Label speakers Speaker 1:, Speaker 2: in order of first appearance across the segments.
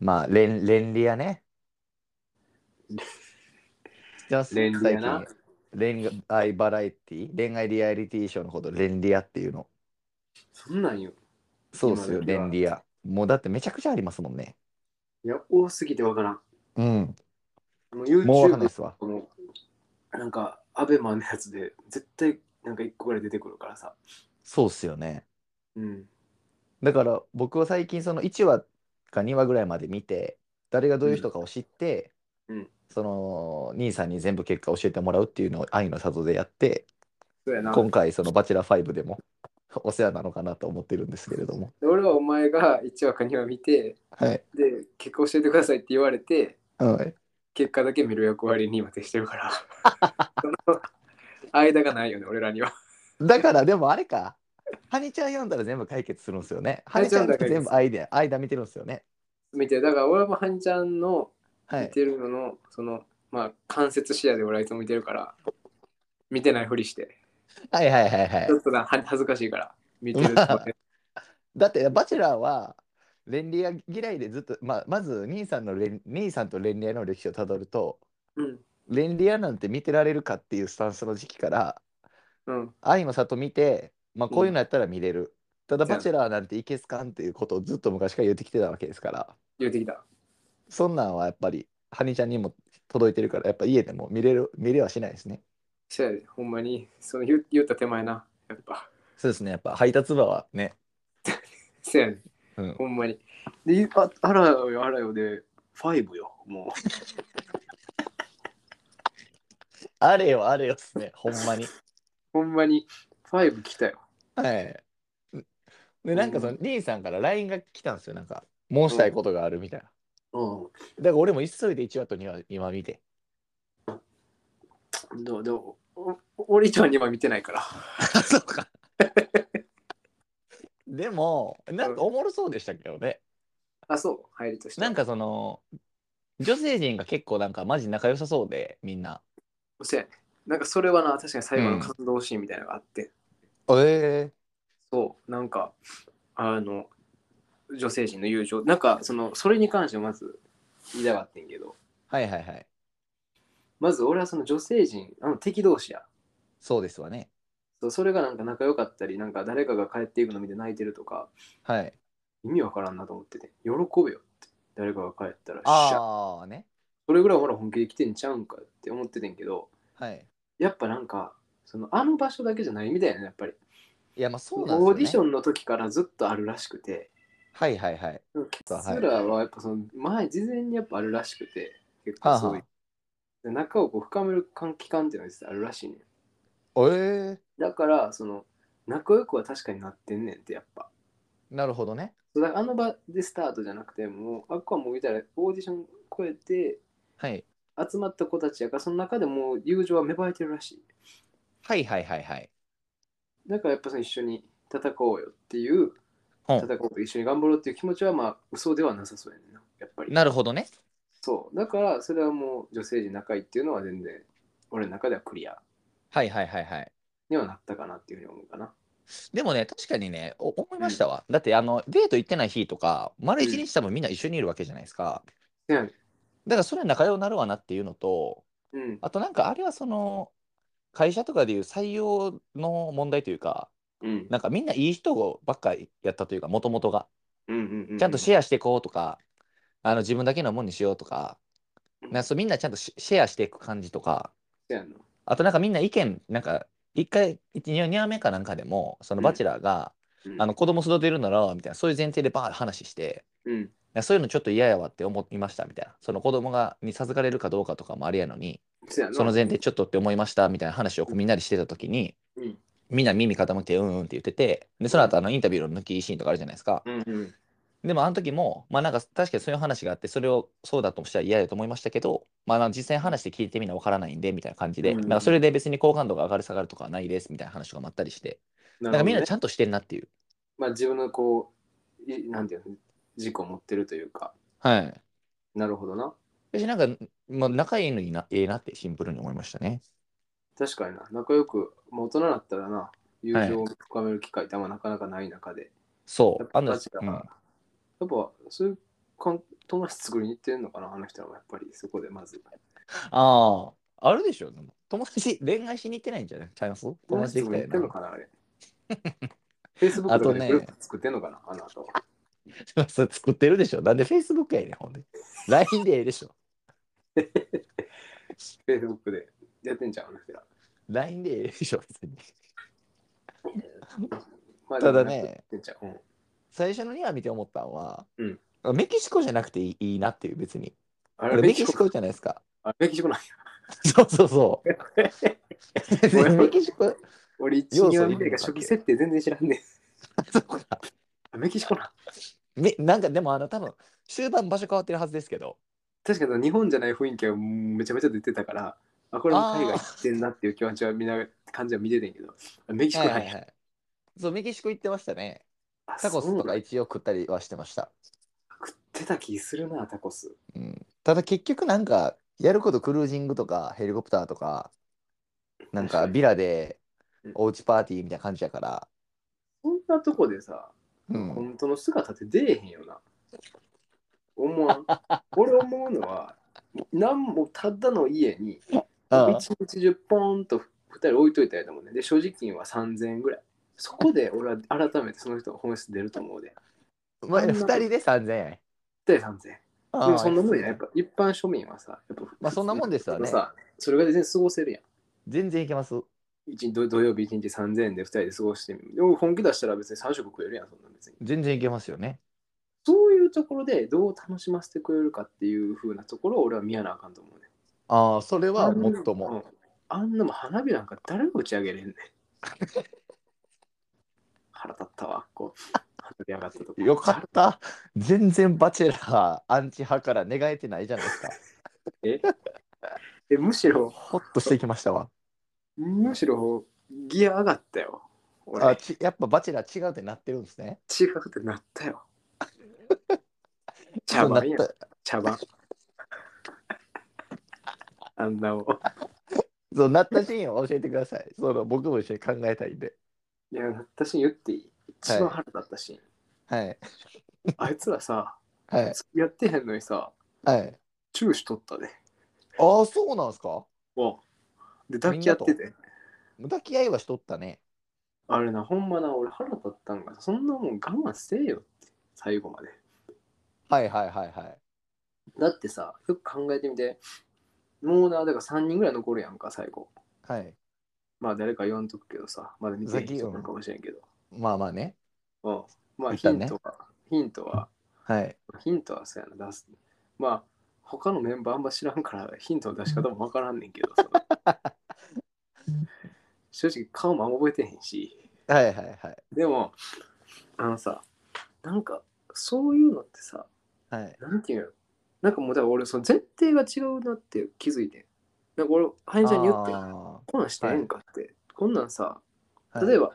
Speaker 1: まあ、連連理やね。知ってます
Speaker 2: 連理やな。
Speaker 1: 最近恋愛バラエティ恋愛リアリティショーのこと、連理やっていうの。
Speaker 2: そんなんよ。
Speaker 1: そうっすよ、
Speaker 2: 今時は
Speaker 1: 連理や。もうだってめちゃくちゃありますもんね。
Speaker 2: いや、多すぎてわからん。
Speaker 1: うん。
Speaker 2: もう
Speaker 1: もうわかん
Speaker 2: YouTube
Speaker 1: ないっすわ。
Speaker 2: このなんかアベマのやつで絶対なんか一個ぐらい出てくるからさ。
Speaker 1: そうっすよね。
Speaker 2: うん。
Speaker 1: だから僕は最近その1話か2話ぐらいまで見て誰がどういう人かを知って、
Speaker 2: うん
Speaker 1: その兄さんに全部結果教えてもらうっていうのを愛の里でやって
Speaker 2: そうやな。
Speaker 1: 今回その「バチェラー5」でもお世話なのかなと思ってるんですけれども
Speaker 2: 俺はお前が1話か2話見て、
Speaker 1: はい、
Speaker 2: で、結果教えてくださいって言われて、
Speaker 1: はい、
Speaker 2: 結果だけ見る役割に今徹してるから。 その間がないよね、俺らには。
Speaker 1: だからでもあれかハニちゃん読んだら全部解決するんですよねハニちゃんだけ全部愛で間見てるんですよね
Speaker 2: 見て、だから俺もハニちゃんの
Speaker 1: は
Speaker 2: 見
Speaker 1: い
Speaker 2: てるのの、その、まあ、間接視野で俺はいつも見てるから、見てないふりして。
Speaker 1: はいはいはいはい
Speaker 2: ちょっとなは恥ずかしいから、見てるとこで。
Speaker 1: だってバチェラーは連理屋嫌いでずっと、まあ、まず兄さんの連兄さんと連理屋の歴史をたどると
Speaker 2: うん。
Speaker 1: 連理屋なんて見てられるかっていうスタンスの時期から
Speaker 2: うん。
Speaker 1: 愛の里見て、まあ、こういうのやったら見れる、ただ
Speaker 2: そうや
Speaker 1: バ
Speaker 2: な
Speaker 1: チェラーなんていけすかんっていうことをずっと昔から言ってきてたわけですから
Speaker 2: 言うてきた。
Speaker 1: そんなんはやっぱりハニちゃんにも届いてるからやっぱ家でも見れる見れはしないですね
Speaker 2: そやで、ほんまに、その言う言った手前な、やっぱ。
Speaker 1: そうですねやっぱ配達場はね、
Speaker 2: そやで、
Speaker 1: うん、
Speaker 2: ほんまに。で、ゆああらよ、あらよで、5よ、も
Speaker 1: あれよあれよっすね ほんまに
Speaker 2: う。ほんまに、5来たよ。
Speaker 1: はい。で、なんかその、兄さんから LINE が来たんですよ。なんか、申したいことがあるみたいな。
Speaker 2: う
Speaker 1: だから俺も急いで1話と2話今見て。
Speaker 2: ん。どう、どう、お俺一番2番見てないから。
Speaker 1: そうか。 でも、なんかおもろそうでしたけどね。
Speaker 2: あ、そう、入りとして。
Speaker 1: なん、かその、女性陣が結構なんかマジ仲良さそうで、みんな。
Speaker 2: そやね。なんかそれはな、確かに最後の感動シーンみたいなのがあって、
Speaker 1: ええ
Speaker 2: そう、なんか、あの、女性陣の友情、なんか、その、それに関してまず言いたかってんけど、
Speaker 1: はいはいはい。
Speaker 2: まず俺はその女性陣、あの敵同士や。
Speaker 1: そうですわね。
Speaker 2: そうそれがなんか仲良かったりなんか誰かが帰っていくの見て泣いてるとか
Speaker 1: はい。
Speaker 2: 意味わからんなと思ってて喜べよって誰かが帰ったらしゃ
Speaker 1: ああね。
Speaker 2: それぐらいお前ら本気で来てんちゃうんかって思っててんけど
Speaker 1: はい。
Speaker 2: やっぱなんかそのあの場所だけじゃないみたいなやっぱり、
Speaker 1: いや、まあそうなんですよ、ね。
Speaker 2: オーディションの時からずっとあるらしくて
Speaker 1: はいはいはい。
Speaker 2: ケスラーはやっぱその前事前にやっぱあるらしくて結
Speaker 1: は
Speaker 2: 構
Speaker 1: あ
Speaker 2: そうい
Speaker 1: は
Speaker 2: う、で仲をこう深める期間っていうのが実はあるらしいねん
Speaker 1: あ、ええ
Speaker 2: だからその仲良くは確かになってんねんってやっぱ
Speaker 1: なるほどね。
Speaker 2: そうだからあの場でスタートじゃなくてもうあっこはもう見たらオーディション超えて
Speaker 1: はい。
Speaker 2: 集まった子たちやからその中でもう友情は芽生えてるらしい
Speaker 1: はいはいはいはい。
Speaker 2: だからやっぱその一緒に戦おうよっていう
Speaker 1: うん
Speaker 2: 戦おうと一緒に頑張ろうっていう気持ちはまあ嘘ではなさそうやねんなやっぱり
Speaker 1: なるほどね。
Speaker 2: そうだからそれはもう女性陣仲いいっていうのは全然俺の中ではクリア
Speaker 1: はいはいはいはい。
Speaker 2: にはなったかなっていうふうに思うかな
Speaker 1: でもね、確かにね、お思いましたわ。だって、あの、デート行ってない日とか、丸一
Speaker 2: うん
Speaker 1: 日多分みんな一緒にいるわけじゃないですか。
Speaker 2: せやねん
Speaker 1: だから、それは仲良くなるわなっていうのと、
Speaker 2: うん
Speaker 1: あとなんか、あれはその、会社とかでいう採用の問題というか、
Speaker 2: うん
Speaker 1: なんかみんないい人ばっかりやったというか、もともとが。
Speaker 2: うんうんうん
Speaker 1: ちゃんとシェアしていこうとか、あの自分だけのもんにしようとか、なんかそうみんなちゃんとシシェアしていく感じとか、
Speaker 2: せやんの
Speaker 1: あとなんかみんな意見、なんか一回、2話目かなんかでも、そのバチェラーが、
Speaker 2: うん
Speaker 1: あの子供育てるなら、みたいな、そういう前提でバーッ話して、
Speaker 2: うん
Speaker 1: そういうのちょっと嫌やわって思いました、みたいな。その子供がに授かれるかどうかとかもあれやのに、
Speaker 2: せやな
Speaker 1: その前提ちょっとって思いました、みたいな話をこうみんなでしてた時に、
Speaker 2: うん
Speaker 1: みんな耳傾けて、うんうんって言ってて、で、その後あのインタビューの抜きシーンとかあるじゃないですか。
Speaker 2: うんうん
Speaker 1: でもあの時も、まあなんか確かにそういう話があって、それをそうだとしたら嫌やと思いましたけど、まあなんか実際に話して聞いてみなわからないんで、みたいな感じで、
Speaker 2: うん
Speaker 1: なんかそれで別に好感度が上がる下がるとかはないです、みたいな話とかもあったりして、
Speaker 2: な
Speaker 1: なんかみん
Speaker 2: るほどね
Speaker 1: なちゃんとしてんなっていう。
Speaker 2: まあ、自分のこういなんていうの自己を持ってるというか
Speaker 1: はい。
Speaker 2: なるほどな
Speaker 1: 私なんか、まあ、仲いいのにな、ええなってシンプルに思いましたね。
Speaker 2: 確かにな仲良く、まあ、大人だったらな友情を深める機会ってあんまなかなかない中で、
Speaker 1: そ
Speaker 2: やっ
Speaker 1: う。
Speaker 2: ぱ
Speaker 1: あの、
Speaker 2: やっ
Speaker 1: うん、
Speaker 2: ぱそういうかん友達作りに行ってんのかなあの人はやっぱりそこでまず。
Speaker 1: ああ、あるでしょ。でも友達、恋愛しに行ってないんじゃないちゃいます友達でき
Speaker 2: 作
Speaker 1: た
Speaker 2: りに
Speaker 1: よ
Speaker 2: 行ってんの
Speaker 1: な。
Speaker 2: かなあれ。Facebook
Speaker 1: あ
Speaker 2: と
Speaker 1: と
Speaker 2: か
Speaker 1: ね
Speaker 2: でグループ作ってんのかなあの後。
Speaker 1: それ作ってるでしょ。なんで Facebook やねん、ほんで。LINE でええでしょ。
Speaker 2: Facebook でやってんじゃん、あの人ら。
Speaker 1: LINE でええでしょ、別に。
Speaker 2: まあ
Speaker 1: ただ。ね、
Speaker 2: でもやってんじゃんうん
Speaker 1: 最初の2話見て思ったのは、
Speaker 2: うん
Speaker 1: メキシコじゃなくていいいいなっていう、別に。
Speaker 2: あ
Speaker 1: こ
Speaker 2: れ
Speaker 1: れ
Speaker 2: メ
Speaker 1: メ
Speaker 2: キ
Speaker 1: キ
Speaker 2: シ
Speaker 1: シ
Speaker 2: コ
Speaker 1: コじゃないですか。
Speaker 2: あメキシコなんや。
Speaker 1: そうそう そう。メキシコ、
Speaker 2: 俺一
Speaker 1: 要素
Speaker 2: 2話見て
Speaker 1: い
Speaker 2: る
Speaker 1: るの
Speaker 2: から
Speaker 1: か
Speaker 2: 初期設定全然知らんねん。
Speaker 1: そこだ。
Speaker 2: あメキシコなん
Speaker 1: めなんかでもあの多分終盤場所変わってるはずですけど
Speaker 2: 確かに日本じゃない雰囲気はめちゃめちゃ出てたから、あこれも海外行ってんなっていう気持ちは見な感じは見ててんけど、あメキシコなんや。
Speaker 1: いそうメキシコ行ってましたね
Speaker 2: あ
Speaker 1: タコスと
Speaker 2: そうな
Speaker 1: か
Speaker 2: んや
Speaker 1: 一応食ったりはしてました、
Speaker 2: 食ってた気するな、タコス。
Speaker 1: うん、ただ結局なんかやることクルージングとかヘリコプターとかなんかビラで
Speaker 2: うん
Speaker 1: おうちパーティーみたいな感じやから、
Speaker 2: そんなとこでさ、
Speaker 1: うん、
Speaker 2: 本当の姿って出えへんよな。思わん。俺思うのは、なんもただの家に、
Speaker 1: あ
Speaker 2: 一日10ポンと2人置いといたやだもんね。で、所持金は3000円ぐらい。そこで俺は改めてその人の本質出ると思うで。
Speaker 1: まあ、2人で3000円
Speaker 2: で、3000円。
Speaker 1: あ
Speaker 2: でもそんなもん
Speaker 1: 安
Speaker 2: や。
Speaker 1: い
Speaker 2: やっぱ一般庶民はさ、やっぱ
Speaker 1: まあそんなもんですわね
Speaker 2: さそれが全然過ごせるやん。
Speaker 1: 全然いけます
Speaker 2: 一日土土曜日1日3000円で2人で過ごしてみる。でも本気出したら別に3食食えるやん、そんな別に。
Speaker 1: 全然いけますよね
Speaker 2: そういうところでどう楽しませてくれるかっていう風なところを俺は見やなあかんと思うね。
Speaker 1: ああそれは
Speaker 2: あん
Speaker 1: も
Speaker 2: なの
Speaker 1: っとも、。
Speaker 2: うんあんなもん花火なんか誰が打ち上げれんね ん。腹立ったわ、こう。花火上がったとこ。
Speaker 1: よかった全然バチェラーアンチ派から願えてないじゃないですか
Speaker 2: えむしろ、
Speaker 1: ホッとしてきましたわ。
Speaker 2: むしろギア上がったよ。俺、
Speaker 1: あちやっぱバチェラー違うってなってるんですね。
Speaker 2: 違うってなったよ。茶番 や
Speaker 1: そうなった
Speaker 2: 茶番。 あんなもん。
Speaker 1: そうなったシーンを教えてください。その僕も一緒に考えたいんで。
Speaker 2: いや、なったシーン言っていい一番腹立ったシーン。
Speaker 1: はい。
Speaker 2: あいつらさ、
Speaker 1: はい。
Speaker 2: やってへんのにさ、
Speaker 1: はい。
Speaker 2: チューしとったで。
Speaker 1: ああ、そうなんですか
Speaker 2: わで、抱き合ってて。
Speaker 1: 抱き合いはしとったね。
Speaker 2: あれな、ほんまな、俺腹立ったんが、そんなもん我慢せえよって、最後まで。
Speaker 1: はいはいはいはい。
Speaker 2: だってさ、よく考えてみて、もうな、だから3人ぐらい残るやんか、最後。
Speaker 1: はい。
Speaker 2: まあ、誰か呼んとくけどさ、まだ見てへん
Speaker 1: ザキ
Speaker 2: 人なんかもしれんけど。
Speaker 1: まあまあね。
Speaker 2: うん。まあ、
Speaker 1: 一
Speaker 2: ヒ
Speaker 1: 旦
Speaker 2: ン
Speaker 1: ね
Speaker 2: トは、ヒントは、
Speaker 1: はい。
Speaker 2: ヒントはそうやな、出す。まあ、他のメンバーあんま知らんから、ヒントの出し方もわからんねんけどさ。正直、顔もあんま覚えてへんし。
Speaker 1: はいはいはい。
Speaker 2: でも、あのさ、なんか、そういうのってさ、
Speaker 1: はい。
Speaker 2: なんていうのなんかもう、だから俺、その前提が違うなって気づいてん。なんか俺、ハイちゃんに言ってん、
Speaker 1: あ
Speaker 2: こんなんしてええんかって。こんなんさ、
Speaker 1: ーはい
Speaker 2: 例えば、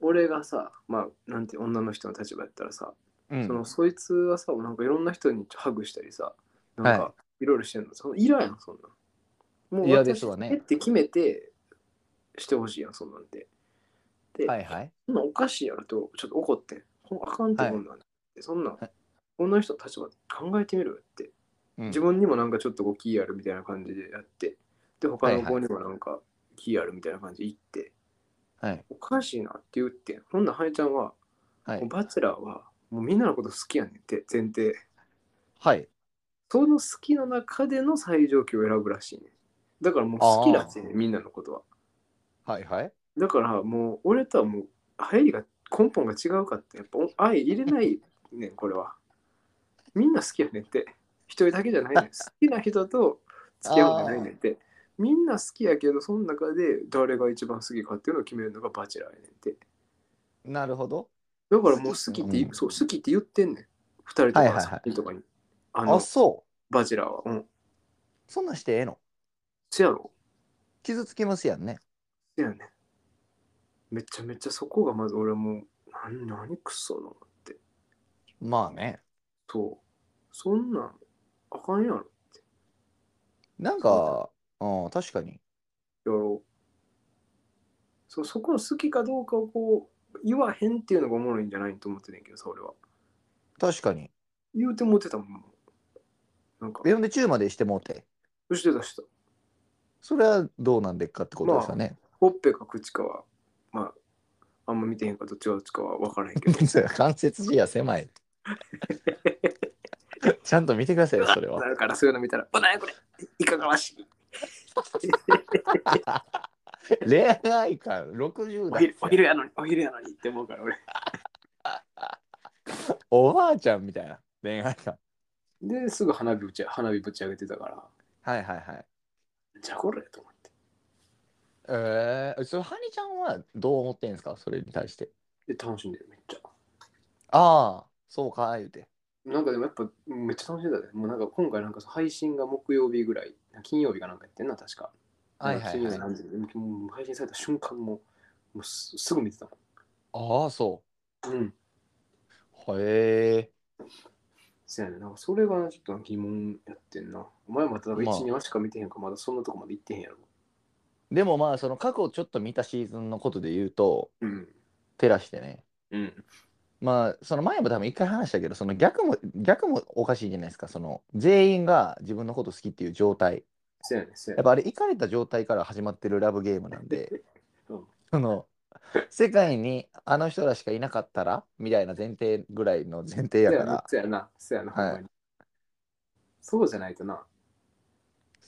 Speaker 2: 俺がさ、まあ、なんて女の人の立場やったらさ、
Speaker 1: うん
Speaker 2: そのそいつはさ、なんかいろんな人にハグしたりさ、なん
Speaker 1: は
Speaker 2: かいろいろしてんの。そのいらんやん、そんなん。も
Speaker 1: いらですわね
Speaker 2: 私って決めてしてほしいやん、そんなんて。で、
Speaker 1: はいはい。
Speaker 2: そんなんおかしいやろと、ちょっと怒ってん。ほんあかんと思うんだ、ねそんなん
Speaker 1: はい、
Speaker 2: この人の立場考えてみるって。
Speaker 1: うん
Speaker 2: 自分にもなんかちょっとこう気あるみたいな感じでやって、で、他の子にもなんか気あるみたいな感じで行って、
Speaker 1: はい。
Speaker 2: おかしいなって言ってん。ほんならハイちゃんは、
Speaker 1: はい
Speaker 2: もうバチェラーはもうみんなのこと好きやねんって前提。
Speaker 1: はい。
Speaker 2: その好きの中での最上級を選ぶらしいね。だからもう好きらしいね、
Speaker 1: あー
Speaker 2: みんなのことは。
Speaker 1: はいはい。
Speaker 2: だからもう俺とはもう入りが根本が違うかって、やっぱお愛入れないねん、これは。みんな好きやねんって。一人だけじゃないねん。好きな人と付き合うんじゃないねんって。みんな好きやけど、その中で誰が一番好きかっていうのを決めるのがバチェラーやねんって。
Speaker 1: なるほど。
Speaker 2: だからもう好きって、
Speaker 1: うん
Speaker 2: そう好きって言ってんねん。二人と
Speaker 1: はいはいはい
Speaker 2: か三人とかに。あの
Speaker 1: あ、そ
Speaker 2: バチェラーは。うん。
Speaker 1: う。そんなんしてええの
Speaker 2: せやろ
Speaker 1: 傷つきますやんね。
Speaker 2: せやねん。めちゃめちゃそこがまず俺はもう、何、何クソなのって。
Speaker 1: まあね。
Speaker 2: そう。そんなん、あかんやろ。
Speaker 1: なんか、うん、確かに。
Speaker 2: やろう。そう、そこの好きかどうかをこう、言わへんっていうのがおもろいんじゃないと思ってんねんけどさ、俺は。
Speaker 1: 確かに。
Speaker 2: 言うてもうてたもん。なんか、
Speaker 1: 呼んで中までしてもうて、
Speaker 2: そして出した。
Speaker 1: それはどうなんでっかってことですよね。。
Speaker 2: ほっぺか口かは、まあ、あんま見てへんかどっちがどっちかは分からへんけど
Speaker 1: それは関節視野狭い。 ちゃんと見てくださいよ、それは
Speaker 2: な。るからそういうの見たら、おなやこれ、いかがわしい。
Speaker 1: 恋愛感60
Speaker 2: お
Speaker 1: 代
Speaker 2: 昼お昼やのに、お昼やのにって思うから俺。
Speaker 1: おばあちゃんみたいな恋愛感。
Speaker 2: で、すぐ花火ぶち花火ぶち上げてたから、
Speaker 1: はいはいはい。
Speaker 2: じゃあこれと思って。
Speaker 1: えー、それハニちゃんはどう思ってんですかそれに対して。
Speaker 2: で、楽しんでる、めっちゃ。
Speaker 1: ああ、そうか、言うて。
Speaker 2: なんかでもやっぱめっちゃ楽しんでたね。もうなんか今回なんか配信が木曜日ぐらい、金曜日かなんかやってんな、確か。
Speaker 1: はいはい、はい。
Speaker 2: もう次の日何時でももう配信された瞬間も、もうすすぐ見てたも
Speaker 1: ああ、そ
Speaker 2: ん。うん。
Speaker 1: う。へえ。
Speaker 2: そうやね。なんかそれがちょっと疑問やってんな。お前またなんか
Speaker 1: まあ
Speaker 2: 1、2話しか見てへんから、まだそんなとこまで行ってへんやろ。
Speaker 1: でもまあ、その過去ちょっと見たシーズンのことで言うと、
Speaker 2: うん。
Speaker 1: 照らしてね。
Speaker 2: うん。
Speaker 1: まあ、その前も多分一回話したけど、その逆も、逆もおかしいじゃないですか。その、全員が自分のこと好きっていう状態。
Speaker 2: そうやね。そう
Speaker 1: や
Speaker 2: や
Speaker 1: っ
Speaker 2: ね。
Speaker 1: ぱあれ、いかれた状態から始まってるラブゲームなん で、
Speaker 2: うん
Speaker 1: その、世界にあの人らしかいなかったらみたいな前提ぐらいの前提や
Speaker 2: そ
Speaker 1: か
Speaker 2: うやな
Speaker 1: ら、。
Speaker 2: そうやな。そうやな。
Speaker 1: はい
Speaker 2: ほんまにそうじゃないとな。だっ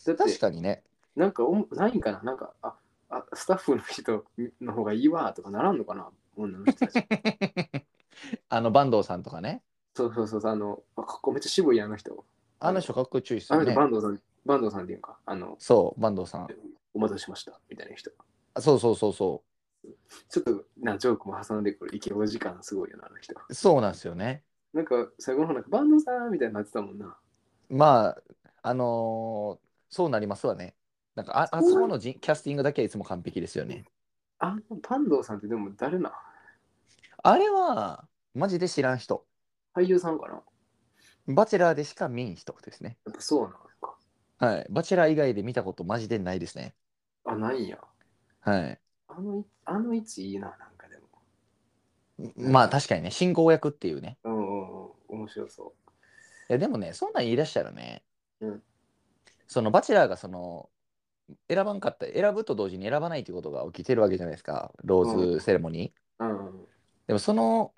Speaker 2: て
Speaker 1: 確かにね。
Speaker 2: なんかおもないんかななんか、あ、あスタッフの人の方がいいわとかならんのかな女の人たち。
Speaker 1: あの、坂東さんとかね。
Speaker 2: そうそうそう、あの、あここめっちゃ渋いあの人。
Speaker 1: あの人、かっこいいです
Speaker 2: あ
Speaker 1: よ
Speaker 2: の人、
Speaker 1: ね。
Speaker 2: 坂東さん、坂東さんっていうか、あの、
Speaker 1: そう、坂東さん。
Speaker 2: お待たせしました、みたいな人。
Speaker 1: あそうそうそうそ
Speaker 2: ちょっと、な、ジョークも挟んでくる、イケボ時間すごいよな、あの人。
Speaker 1: う。そうなんですよね。
Speaker 2: なんか、最後の方、なんか、坂東さんみたいになってたもんな。
Speaker 1: まあ、あのーそうなりますわね。なんかあ、あ
Speaker 2: そう
Speaker 1: そこのじキャスティングだけはいつも完璧ですよね。
Speaker 2: あの、坂東さんってでも誰な
Speaker 1: あれは、マジで知らん人。
Speaker 2: 俳優さんかなや
Speaker 1: バチェラーでしか見ん人ですね。
Speaker 2: っぱそうなのか。
Speaker 1: はい。バチェラー以外で見たことマジでないですね。
Speaker 2: あ、ないんや。
Speaker 1: はい。
Speaker 2: あのい、あの位置いいな、なんかでも。
Speaker 1: まあ確かにね、進行役っていうね。
Speaker 2: うんうんうん、面白そ
Speaker 1: いやでもね、そんなん言い出したらね、
Speaker 2: うん
Speaker 1: そのバチェラーがその、選ばんかった、選ぶと同時に選ばないってことが起きてるわけじゃないですか、ローズセレモニー。
Speaker 2: う。うんうん。
Speaker 1: でもその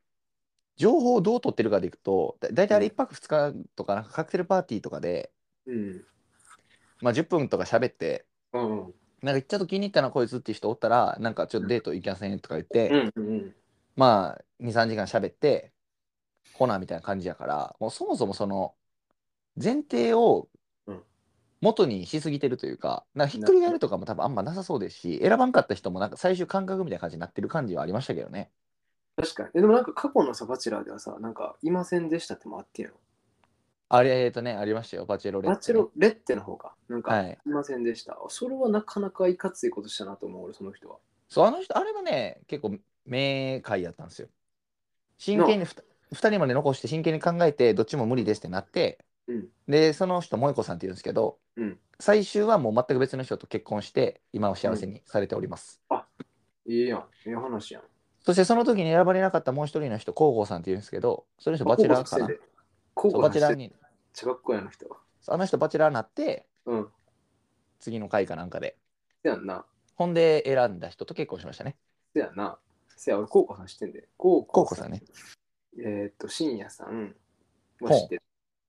Speaker 1: 情報をどう取ってるかでいくと、だ大体あれ1泊2日とか、なんかカクテルパーティーとかで、
Speaker 2: うん。
Speaker 1: まあ、10分とか喋って、
Speaker 2: うんうん。
Speaker 1: なんかちょっと気に入ったな、こいつっていう人おったら、なんかちょっとデート行きませんとか言って、
Speaker 2: うんうんうん。
Speaker 1: まあ、2、3時間喋って、ほな、みたいな感じやから、もうそもそもその、前提を
Speaker 2: うん
Speaker 1: 元にしすぎてるというか、なんかひっくり返るとかも多分あんまなさそうですし、選ばんかった人もなんか最終感覚みたいな感じになってる感じはありましたけどね。
Speaker 2: 確かに。えでもなんか過去のさ、バチェラーではさ、なんか、いませんでしたってもあってんやろ。
Speaker 1: あれ、えっとね、ありましたよ、バチェロレッ
Speaker 2: バチ
Speaker 1: テ
Speaker 2: ェ
Speaker 1: ね、
Speaker 2: ロレッテの方か。なんか、
Speaker 1: はい
Speaker 2: い、ませんでした。それはなかなかいかついことしたなと思う、俺、その人は。
Speaker 1: そう、あの人、あれがね、結構、名会やったんですよ。真剣にふた2人まで残して真剣に考えて、どっちも無理ですってなって、
Speaker 2: うん
Speaker 1: で、その人、萌子さんって言うんですけど、
Speaker 2: うん
Speaker 1: 最終はもう全く別の人と結婚して、今は幸せにされております。
Speaker 2: いいやん。ええ話やん。
Speaker 1: そして、その時に選ばれなかったもう一人の人、広報さんって言うんですけど、その人、バチェラーかな。
Speaker 2: 高
Speaker 1: そう
Speaker 2: 校
Speaker 1: バチェラー
Speaker 2: に。
Speaker 1: に、
Speaker 2: 中学校やの人。
Speaker 1: そうあの人、バチェラーになって、
Speaker 2: うん。
Speaker 1: 次の回かなんかで。
Speaker 2: せやんな。
Speaker 1: ほんで、選んだ人と結婚しましたね。
Speaker 2: せやんな。せや、俺、高校さん知ってんで。高
Speaker 1: 広
Speaker 2: 校
Speaker 1: 報さんね。
Speaker 2: えーっと、深夜さんは知ってる。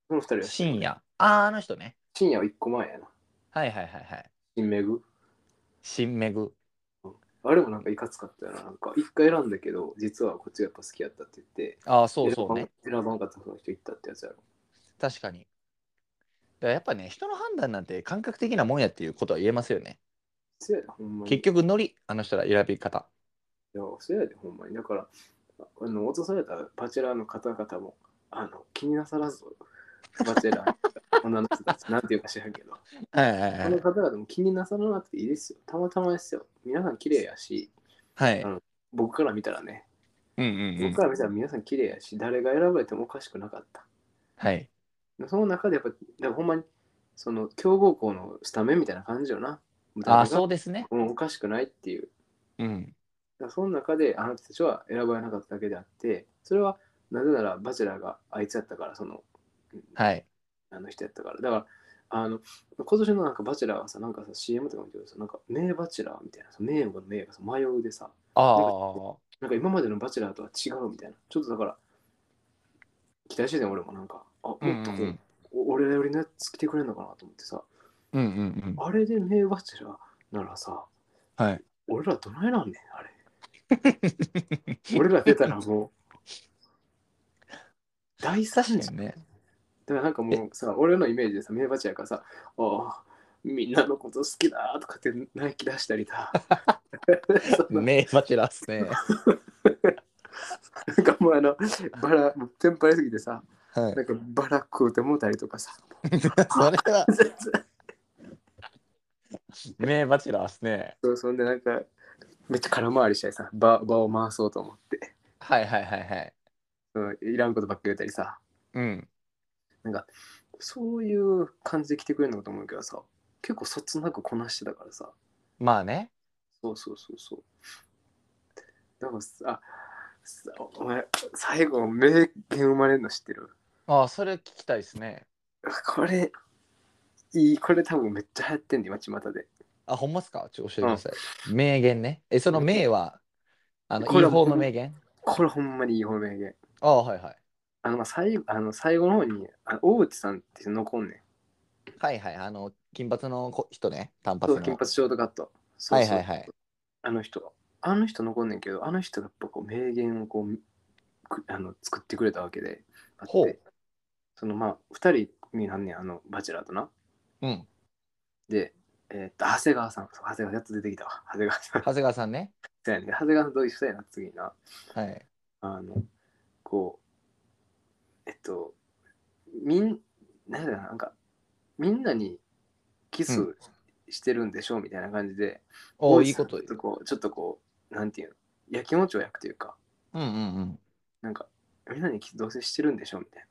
Speaker 2: その二人は知ってる
Speaker 1: 深夜。あー、あの人ね。
Speaker 2: 深夜は一個前やな。
Speaker 1: はいはいはいはい。
Speaker 2: 新メグ。
Speaker 1: 新めぐ。
Speaker 2: あれもなんかいかつかったよな。なんか、一回選んだけど、実はこっちがやっぱ好きやったって言って、
Speaker 1: ああ、そうそうね。
Speaker 2: 選ばんかった人行ったってやつやろ。
Speaker 1: 確かに。だからやっぱね、人の判断なんて感覚的なもんやっていうことは言えますよね。
Speaker 2: せやで、ほんまに。
Speaker 1: 結局、ノリ、あの人ら選び方。
Speaker 2: いや、そうやで、ほんまに。だから、あの、落とされたバチェラーの方々も、あの、気になさらず、バチェラ ー、女の人たち、なんていうか知らんけど、
Speaker 1: はいはい
Speaker 2: この方々も気になさらなくていいですよ。たまたまですよ。皆さん綺麗やし、
Speaker 1: はい。はい。
Speaker 2: の僕から見たらね、
Speaker 1: うんうんう
Speaker 2: 僕
Speaker 1: ん
Speaker 2: か。ら見たら皆さん綺麗やし、誰が選ばれてもおかしくなかった。
Speaker 1: はい。
Speaker 2: その中でやっぱ、だからほんまに、その、強豪校のスタメンみたいな感じよな。
Speaker 1: ああ、そう
Speaker 2: う。
Speaker 1: ですね。
Speaker 2: うん、おかしくないっていう。
Speaker 1: うん。
Speaker 2: だからその中であなたたちは選ばれなかっただけであってそれはなぜならバチェラーがあいつやったからその
Speaker 1: はい。
Speaker 2: あの人やったから。だから、あの、今年のなんかバチェラーはさ、なんかさ、CM とか見てるとさ、なんか、名バチェラーみたいなさ、名の名がさ、迷うでさ、
Speaker 1: あ
Speaker 2: なんか今までのバチェラーとは違うみたいな。ちょっとだから、期待してたよ、俺もなんか、あ、もっ
Speaker 1: あ。うんう
Speaker 2: とこう、
Speaker 1: ん
Speaker 2: お俺らよりのやつ来てくれるのかなと思ってさ、
Speaker 1: うんうん。
Speaker 2: あれで名バチェラーならさ、
Speaker 1: はい。
Speaker 2: 俺らどないなんねん、あれ。俺ら出たらもう、大惨
Speaker 1: 確
Speaker 2: 事
Speaker 1: かにね。
Speaker 2: だからなんかもうさ、俺のイメージでさ、名バチやからさ、ああ、みんなのこと好きだとかって泣き出したりさ、その
Speaker 1: 名バチェラーっすね。
Speaker 2: なんかもうあの、バラ、もうテンパりすぎてさ、
Speaker 1: はい
Speaker 2: な。んかバラ食うてもうたりとかさ、
Speaker 1: それ は名バチェラーっすね。
Speaker 2: そうそんでなんか、めっちゃ空回りしたりさ、場場を回そうと思って、
Speaker 1: はいはいはいはい。
Speaker 2: うん、いらんことばっか言ったりさ、
Speaker 1: うん。
Speaker 2: そういう感じで来てくれるのかと思うけどさ、結構そつなくこなしてたからさ、
Speaker 1: まあね。
Speaker 2: そうそうそうそう。でもさ、さお前、最後、名言生まれるの知ってる
Speaker 1: ああ、それ聞きたいっすね。
Speaker 2: これ、いい、これ多分めっちゃ流行ってんで、今、巷で。
Speaker 1: あ、ほんまっすかちょっと教えてください。名言ね。え、その名は、あの、
Speaker 2: これ
Speaker 1: いい方の名言
Speaker 2: これほんまにいい方名言。
Speaker 1: ああ、はいはい。
Speaker 2: あの、まあ、最後、あの最後の方に、あの大内さんっていうの残んねん。
Speaker 1: はいはい。あの、金髪の子人ね。短髪
Speaker 2: そ
Speaker 1: の。
Speaker 2: う金髪ショートカット。そ
Speaker 1: は
Speaker 2: う
Speaker 1: い
Speaker 2: そう
Speaker 1: はいはい。
Speaker 2: あの人、あの人残んねんけど、あの人がやっぱこう、名言をこう、くあの作ってくれたわけで、あって
Speaker 1: ほう
Speaker 2: そのまあ、二人になんねん、あの、バチェラーとな。
Speaker 1: うん。
Speaker 2: で、えーっと、長谷川さん。そう長谷川、やっと出てきたわ。長谷川さん。
Speaker 1: 長谷川さんね。
Speaker 2: そうやねん長谷川さんと一緒やな、次な。
Speaker 1: はい。
Speaker 2: あの、こう、えっと、みん、なんだろうな、なんか、みんなにキ
Speaker 1: う
Speaker 2: スしてるんでしょうみたいな感じで、
Speaker 1: お
Speaker 2: 大
Speaker 1: お、
Speaker 2: 内
Speaker 1: いいこ
Speaker 2: さん
Speaker 1: と。うん
Speaker 2: とこう、ちょっとこう、なんていうの、やきもちを焼くというか、
Speaker 1: うんうん。
Speaker 2: なんか、みんなにキスどうせしてるんでしょうみたい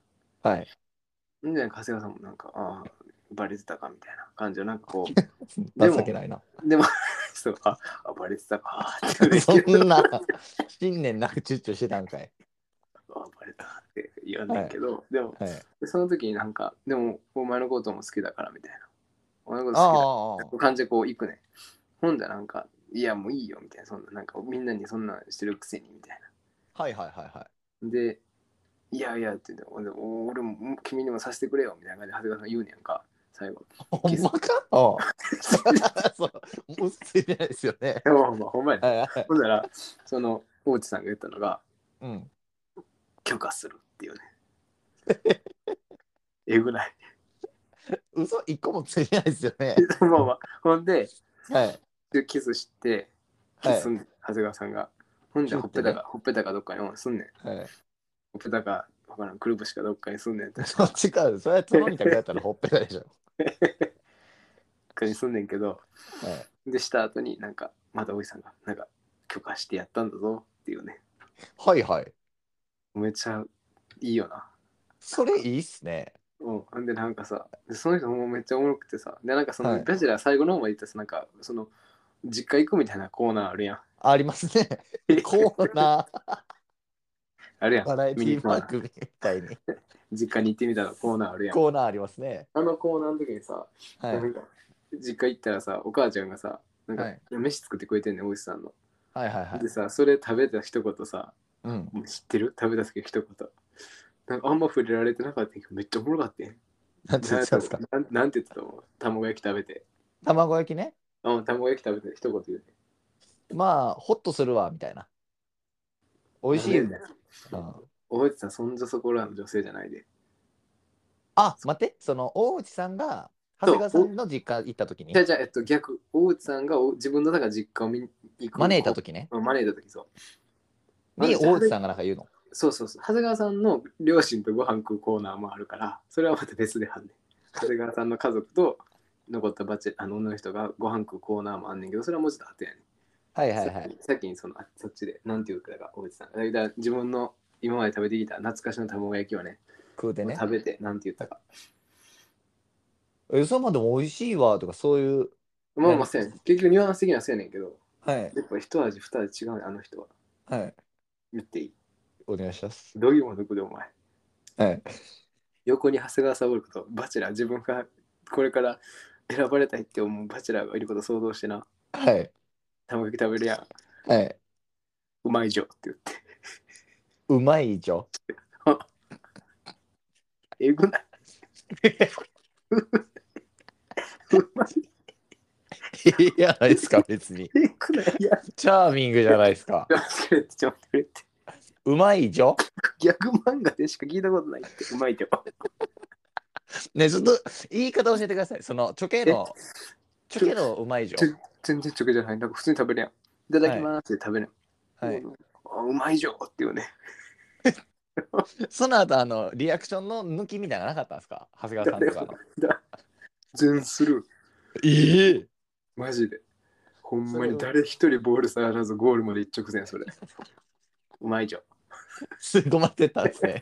Speaker 1: はい。
Speaker 2: な。んじゃ長谷川さんもなんか、ああ、バレてたかみたいな感じで、なんかこ でも
Speaker 1: 情けない な。
Speaker 2: う、でも、そう、あ、あバレてたかって言う
Speaker 1: そ
Speaker 2: ねんけど
Speaker 1: んな、信念なく躊躇してたんかい。
Speaker 2: あバレたって言わないけど、でも
Speaker 1: はい。
Speaker 2: でその時になんかでもお前のことも好きだからみたいなお前のこと
Speaker 1: ああ
Speaker 2: 好きだって感じでこう行くねほんだらなんかいやもういいよみたいなそんななんかみんなにそんなんしてるくせにみたい
Speaker 1: ああ、はいはいはいはい。
Speaker 2: なでいやいやって言ってほんでお俺も君にもさせてくれよみたいな感じで長谷川さんが言うねんか最後
Speaker 1: ほんまかおう そう、うっすいじゃないですよね。
Speaker 2: でもほんまほんまやね
Speaker 1: はいはい。
Speaker 2: ほんだらその大内さんが言ったのが
Speaker 1: うん。
Speaker 2: 許可するっていうね えぐない
Speaker 1: 嘘一個もついてないですよね。
Speaker 2: まあまあほんで
Speaker 1: はい。
Speaker 2: でキスしてキスすんねん、長谷川さんが。ほんじゃ、
Speaker 1: キ
Speaker 2: ほ
Speaker 1: ス
Speaker 2: っ
Speaker 1: って
Speaker 2: ぺ
Speaker 1: ね
Speaker 2: たか、ほっぺたかどっかにうんすんねん。
Speaker 1: はい。
Speaker 2: ほっぺたか、わからん、くるぶしかどっかにすんねん。確
Speaker 1: そっちか。それはつまみたくやったらほっぺたでしょ。
Speaker 2: かにすんねんけど、
Speaker 1: はい。
Speaker 2: で、した後になんか、またおじさんが、なんか、許可してやったんだぞっていうね。
Speaker 1: はいはい。
Speaker 2: めっちゃいいよな。
Speaker 1: それいいっすね。
Speaker 2: うん、ほんでなんかさでその人もめっちゃおもろくてさでなんかその、
Speaker 1: はい
Speaker 2: バチェラー最後の方まで行ったさなんかその実家行くみたいなコーナーあるやん
Speaker 1: ありますね。 コーナ
Speaker 2: あるや
Speaker 1: ー、バラエティ番組みたいに。
Speaker 2: ん実家に行ってみたらコーナーあるやん
Speaker 1: コーナーありますね。
Speaker 2: あのコーナーの時にさ
Speaker 1: はい
Speaker 2: な。んか実家行ったらさお母ちゃんがさなんか、
Speaker 1: はい
Speaker 2: 飯作ってくれてんねんおじさんの、
Speaker 1: はいはいはい
Speaker 2: で。さそれ食べた一言さ
Speaker 1: うん。
Speaker 2: もう知ってる食べた時の一言なんかあんま触れられてなかったけどめっちゃおもろかったやん
Speaker 1: なんて言ってたんですか
Speaker 2: なんなんて言ってたと思う卵焼き食べて
Speaker 1: 卵焼きね。
Speaker 2: あもう卵焼き食べて一言言うて
Speaker 1: まあ、ホッとするわ、みたいな。美味しいよね。うん
Speaker 2: 覚えてたそんじょそこらの女性じゃないで
Speaker 1: あ、待って、その大内さんが長谷川さんの実家行った時に
Speaker 2: じゃ、あじゃあえっと逆大内さんがお自分のだから実家を見に行く
Speaker 1: 招いた時ね。
Speaker 2: うん招いた時そう
Speaker 1: に
Speaker 2: マネー
Speaker 1: 大内さんがなんか言うの。
Speaker 2: そうそうそう長谷川さんの両親とご飯食うコーナーもあるからそれはまた別ではんねん長谷川さんの家族と残ったバチェあの女の人がご飯食うコーナーもあんねんけどそれはもうちょっと後やねん
Speaker 1: はいはいはい。
Speaker 2: さっきにそのあそっちでなんていうかが大内さんだから自分の今まで食べてきた懐かしの卵焼きをね
Speaker 1: 食うてね。
Speaker 2: 食べてなんて言ったか
Speaker 1: え、そまでも美味しいわとかそういう。
Speaker 2: まあまあそうやねん結局ニュアンス的にはそうやねんけど
Speaker 1: はい。
Speaker 2: やっぱ一味二味違うねんあの人は
Speaker 1: はい。
Speaker 2: 言っていい
Speaker 1: お願いします。
Speaker 2: どういうもどこでお前
Speaker 1: はい。
Speaker 2: 横に長谷川沙織とバチェラー自分がこれから選ばれたいって思うバチェラーがいることを想像してな
Speaker 1: はい。
Speaker 2: 卵焼き食べるやん
Speaker 1: はい。
Speaker 2: うまいじょって言って
Speaker 1: うまいじょ。
Speaker 2: えぐないうまい
Speaker 1: いやない ですか、別に。
Speaker 2: えぐないいや
Speaker 1: チャーミングじゃないですか。
Speaker 2: ちょっと待ってちょっと待ってくれって
Speaker 1: うまいじょ。
Speaker 2: ギャグ漫画でしか聞いたことないってうまいじょ
Speaker 1: ね、ちょっと言い方教えてください。その、ちょけの、ちょけのうまいじ
Speaker 2: ちょ全然直じゃないなんか普通に食べるやんいただきますって食べる
Speaker 1: ょ。はい。
Speaker 2: あうまいじょっていうね
Speaker 1: その後、あの、リアクションの抜きみたいなのなかったんですか長谷川さんとかの。
Speaker 2: だ全スルー
Speaker 1: え え
Speaker 2: マジでほんまに誰一人ボール触らずゴールまで一直線それうまいじょ
Speaker 1: すごまってったんですね。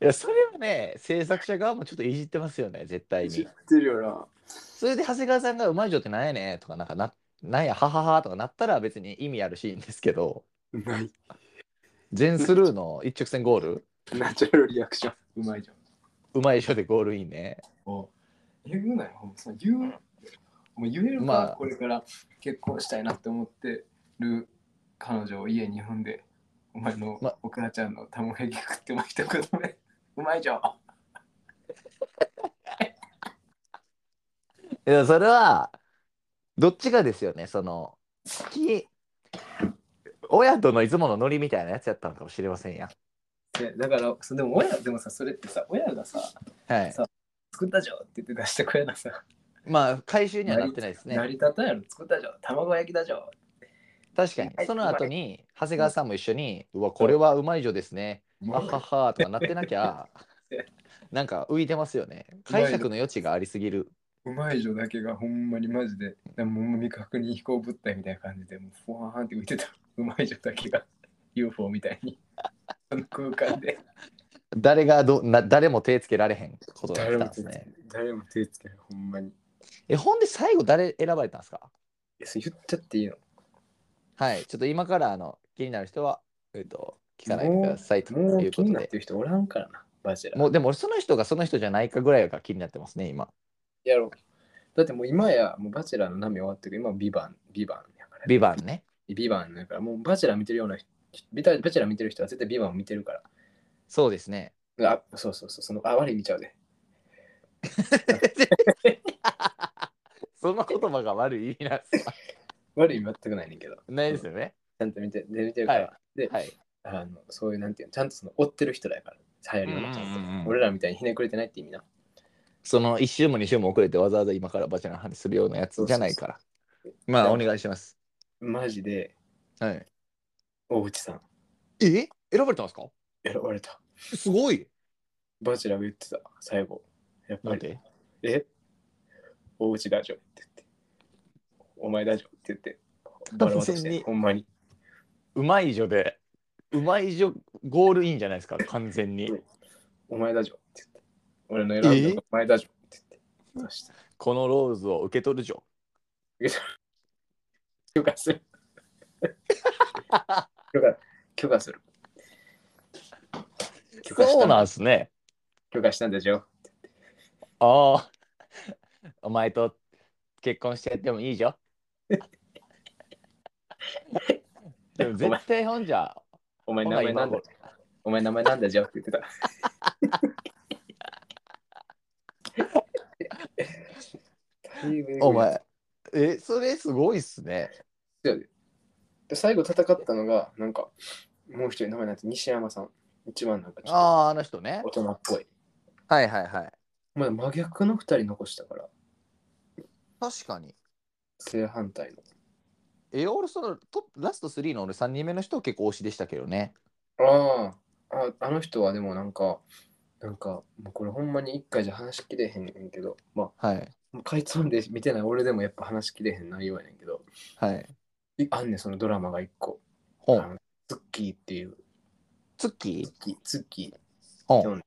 Speaker 1: いや、それはね、制作者側もちょっといじってますよね、絶対
Speaker 2: 知っ
Speaker 1: に。
Speaker 2: てるよな
Speaker 1: それで長谷川さんがうまいじょってなんやねんとか、なんかな、なんや、はははとかなったら別に意味あるシーンですけど、
Speaker 2: ない
Speaker 1: 全スルーの一直線ゴール、
Speaker 2: ナチュラルリアクションうまいじょ
Speaker 1: うまいじょでゴールインね。
Speaker 2: おえぐないほんまさ言うもう言えるか、
Speaker 1: まあ
Speaker 2: これから結婚したいなって思ってる彼女を家に呼んでお前の
Speaker 1: ま
Speaker 2: お母ちゃんの卵焼き食ってましたことねうまいじゃん
Speaker 1: いや、それは、どっちがですよね、その、好き、親とのいつものノリみたいなやつやったのかもしれませんや。
Speaker 2: でだからそでも親でもさそれってさ親がさ
Speaker 1: はい。
Speaker 2: 作ったじゃんって言って出してくれなさ
Speaker 1: まあ、回収にはなってないですね
Speaker 2: 成。り立たんやろ作ったじゃん卵焼きだじゃん
Speaker 1: 確かに
Speaker 2: はい。
Speaker 1: その後に、長谷川さんも一緒に、うわ、これはうまいじょですね。あははとかなってなき ゃ、なんか浮いてますよね。解釈の余地がありすぎる。
Speaker 2: うまいじゃんだけがほんまにマジででももう未確認飛行物体みたいな感じでもうふわーんって浮いてたうまいじゃんだけが UFO みたいにその空間で
Speaker 1: 誰がどな、誰も手つけられへんことだっ
Speaker 2: 誰
Speaker 1: たん
Speaker 2: も
Speaker 1: で
Speaker 2: 手
Speaker 1: す
Speaker 2: つけない
Speaker 1: ね。
Speaker 2: 誰も手つけないほんまに
Speaker 1: え、ほんで最後誰選ばれたんですか
Speaker 2: えそれ言っちゃっていいの
Speaker 1: はい。ちょっと今から、あの、気になる人は、えっと、聞かないでくださいと
Speaker 2: も
Speaker 1: いうう
Speaker 2: 気
Speaker 1: こ
Speaker 2: に
Speaker 1: と
Speaker 2: なっ
Speaker 1: で。
Speaker 2: てる人おらんからなバジェラ
Speaker 1: もうでもその人がその人じゃないかぐらいが気になってますね、今。
Speaker 2: やろうだってもう今やもうバチェラーの波終わってるけど今ビバンビバンやから
Speaker 1: ビバンね。
Speaker 2: ビバンだからもうバチェラー見てるような人ビタバチェラー見てる人は絶対ビバンを見てるから
Speaker 1: そうですね。
Speaker 2: あ、そうそうそう、その、あ、悪い見ちゃうで。
Speaker 1: その言葉が悪い意味なんですか
Speaker 2: 悪い意味全くないねんけど、ち
Speaker 1: ないですよ ね。
Speaker 2: ゃんと見て、で見てるから。
Speaker 1: は
Speaker 2: で、
Speaker 1: はい。
Speaker 2: あの、そういう、なんていうの、ちゃんとその、追ってる人だから、流行りのちゃんと、
Speaker 1: うんうんうん
Speaker 2: 俺らみたいにひねくれてないって意味な。
Speaker 1: その1週も2週も遅れてわざわざ今からバチェラーの話するようなやつじゃないから。まあ、お願いします。
Speaker 2: マジで、
Speaker 1: はい。
Speaker 2: 大内さん、
Speaker 1: え選ばれたんですか
Speaker 2: 選ばれた。
Speaker 1: すごい
Speaker 2: バチェラーが言ってた、最後。やっ
Speaker 1: な
Speaker 2: ぱ
Speaker 1: ん
Speaker 2: り、
Speaker 1: で
Speaker 2: え大内大丈夫って言って、お前大丈夫って言って、バラバラし
Speaker 1: 完全
Speaker 2: て、
Speaker 1: に
Speaker 2: ほんまに。
Speaker 1: うまいじょで。うまいじょゴールインじゃないですか、完全に。
Speaker 2: お前大丈夫って言って、俺の選んだのがお前大丈夫って言って、出した。
Speaker 1: このローズを受け取るじょ。
Speaker 2: 許可 する。許可許可する。許可した
Speaker 1: そうなんすね。
Speaker 2: 許可したんでしょ。
Speaker 1: ああ。 お前と結婚してやってもいい じょ。でも絶対本じゃ。
Speaker 2: お前
Speaker 1: ほ
Speaker 2: 名
Speaker 1: な
Speaker 2: 前な
Speaker 1: 今
Speaker 2: んだ
Speaker 1: 頃
Speaker 2: お前名前なんだじゃって言ってた。
Speaker 1: お。前。え、それすごいっすね。
Speaker 2: 最後戦ったのが、なんか、もう一人名前なんて西山さん。一番なんかち
Speaker 1: あ
Speaker 2: ょ
Speaker 1: あ、あの人ね
Speaker 2: っ。と大人っぽい。
Speaker 1: はいはいはい。
Speaker 2: まだ真逆の二人残したから、
Speaker 1: 確かに。
Speaker 2: 正反対の。
Speaker 1: え、俺そのトップラスト3の俺3人目の人結構推しでしたけどね。
Speaker 2: ああ、ああの人はでもなんか、なんか、もうこれほんまに一回じゃ話しきれへんねんけど、ま
Speaker 1: はい。
Speaker 2: あ、かいつまんで見てない俺でもやっぱ話しきれへん内容やねんけど、
Speaker 1: はい。
Speaker 2: いあんねん、そのドラマが一個。
Speaker 1: ほ
Speaker 2: あ
Speaker 1: ん。
Speaker 2: のツッキーっていう、
Speaker 1: ツッキ
Speaker 2: ツ
Speaker 1: ー
Speaker 2: ッキー、ツッキ
Speaker 1: ほ
Speaker 2: ー。
Speaker 1: ん。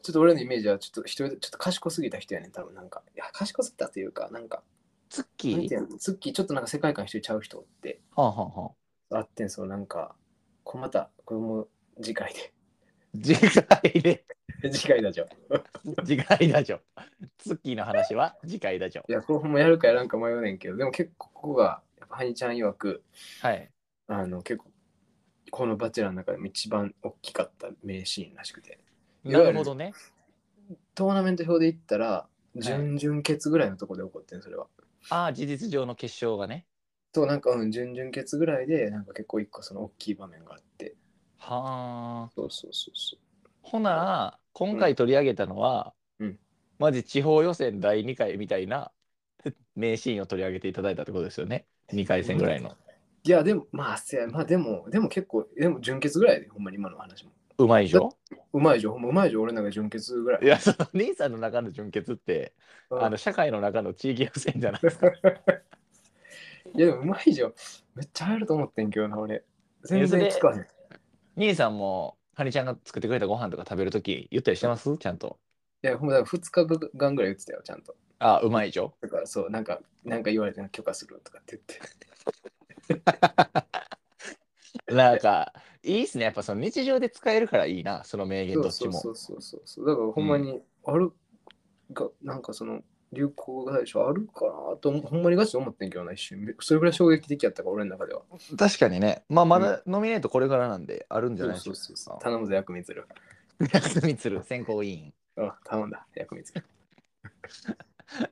Speaker 2: ちょっと俺のイメージは、ちょっと人、ちょっと賢すぎた人やねん、多分なんか。いや、賢すぎたというか、なんか、
Speaker 1: ツッキ
Speaker 2: なんてい
Speaker 1: ー
Speaker 2: うのツッキー、ちょっとなんか世界観一人ちゃう人って、
Speaker 1: はんはんはん。
Speaker 2: あってん、そのなんか、こうまた、これも次回で
Speaker 1: 次回で、
Speaker 2: 次回だじゃん。い
Speaker 1: 次回だじょ。ツッキーの話は次回だじょ。
Speaker 2: や、これほんまやるかやらんか迷うねんけど、でも結構ここが、やっぱハニちゃん曰く、
Speaker 1: はい。
Speaker 2: あの、結構、このバチェラーの中でも一番大きかった名シーンらしくて、
Speaker 1: なるほどね。
Speaker 2: トーナメント表で言ったら、準々決ぐらいのとこで起こってん、それは。
Speaker 1: ああ、事実上の決勝がね。
Speaker 2: そう、なんか、うん、準々決ぐらいで、なんか結構一個その大きい場面があって、
Speaker 1: はあ。
Speaker 2: そうそうそうそう。
Speaker 1: ほな、今回取り上げたのは、
Speaker 2: うん
Speaker 1: まじ地方予選第2回みたいな 名シーンを取り上げていただいたってことですよね。2回戦ぐらいの。
Speaker 2: いや、でも、まあ、せや、まあ、でも、でも結構、でも、準決ぐらいで、ほんまに今の話も。
Speaker 1: うまいじょ
Speaker 2: うまいじょ、ほんまうまいじょ、俺なんか準決ぐらい。
Speaker 1: いや、その兄さんの中の純潔って、
Speaker 2: うん
Speaker 1: あの社会の中の地域予選じゃないですか。
Speaker 2: いや、でもうまいじゃん。めっちゃ入ると思ってんけどな、俺。全
Speaker 1: それ
Speaker 2: 然つかへん。い
Speaker 1: 兄さんも、ハニちゃんが作ってくれたご飯とか食べるとき、言ったりしてますちゃんと。
Speaker 2: や、ほんまだ、2日間ぐらい言ってたよ、ちゃんと。
Speaker 1: ああ、うまいじょ
Speaker 2: だから、そう、なんか、なんか言われて、許可するとかって言って。
Speaker 1: なんか、いいっすね。やっぱその日常で使えるからいいな、その名言
Speaker 2: そ
Speaker 1: ど
Speaker 2: う
Speaker 1: っち
Speaker 2: そう
Speaker 1: も
Speaker 2: そ。うそうそうそう。だから、ほんまに、あるが、なんかその、流行が最初あるかなと思、ほんまにガチで思ってんけどな、一瞬。それぐらい衝撃的やったから、俺の中では。
Speaker 1: 確かにね、まあ、まだノミネートこれからなんで、あるんじゃないです
Speaker 2: そ
Speaker 1: か
Speaker 2: う。そうそう。頼むぞ、薬味つる。
Speaker 1: 安みつる選考委員。
Speaker 2: うん、頼んだ、薬味つる。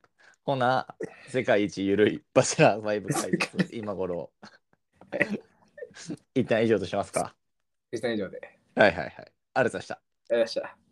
Speaker 1: ほな、世界一ゆるいバチェラーバイブ会です今 頃。一旦以上としますか。
Speaker 2: 一旦以上で。
Speaker 1: はいはいはい。ありがとうございました。
Speaker 2: ありがとうございました。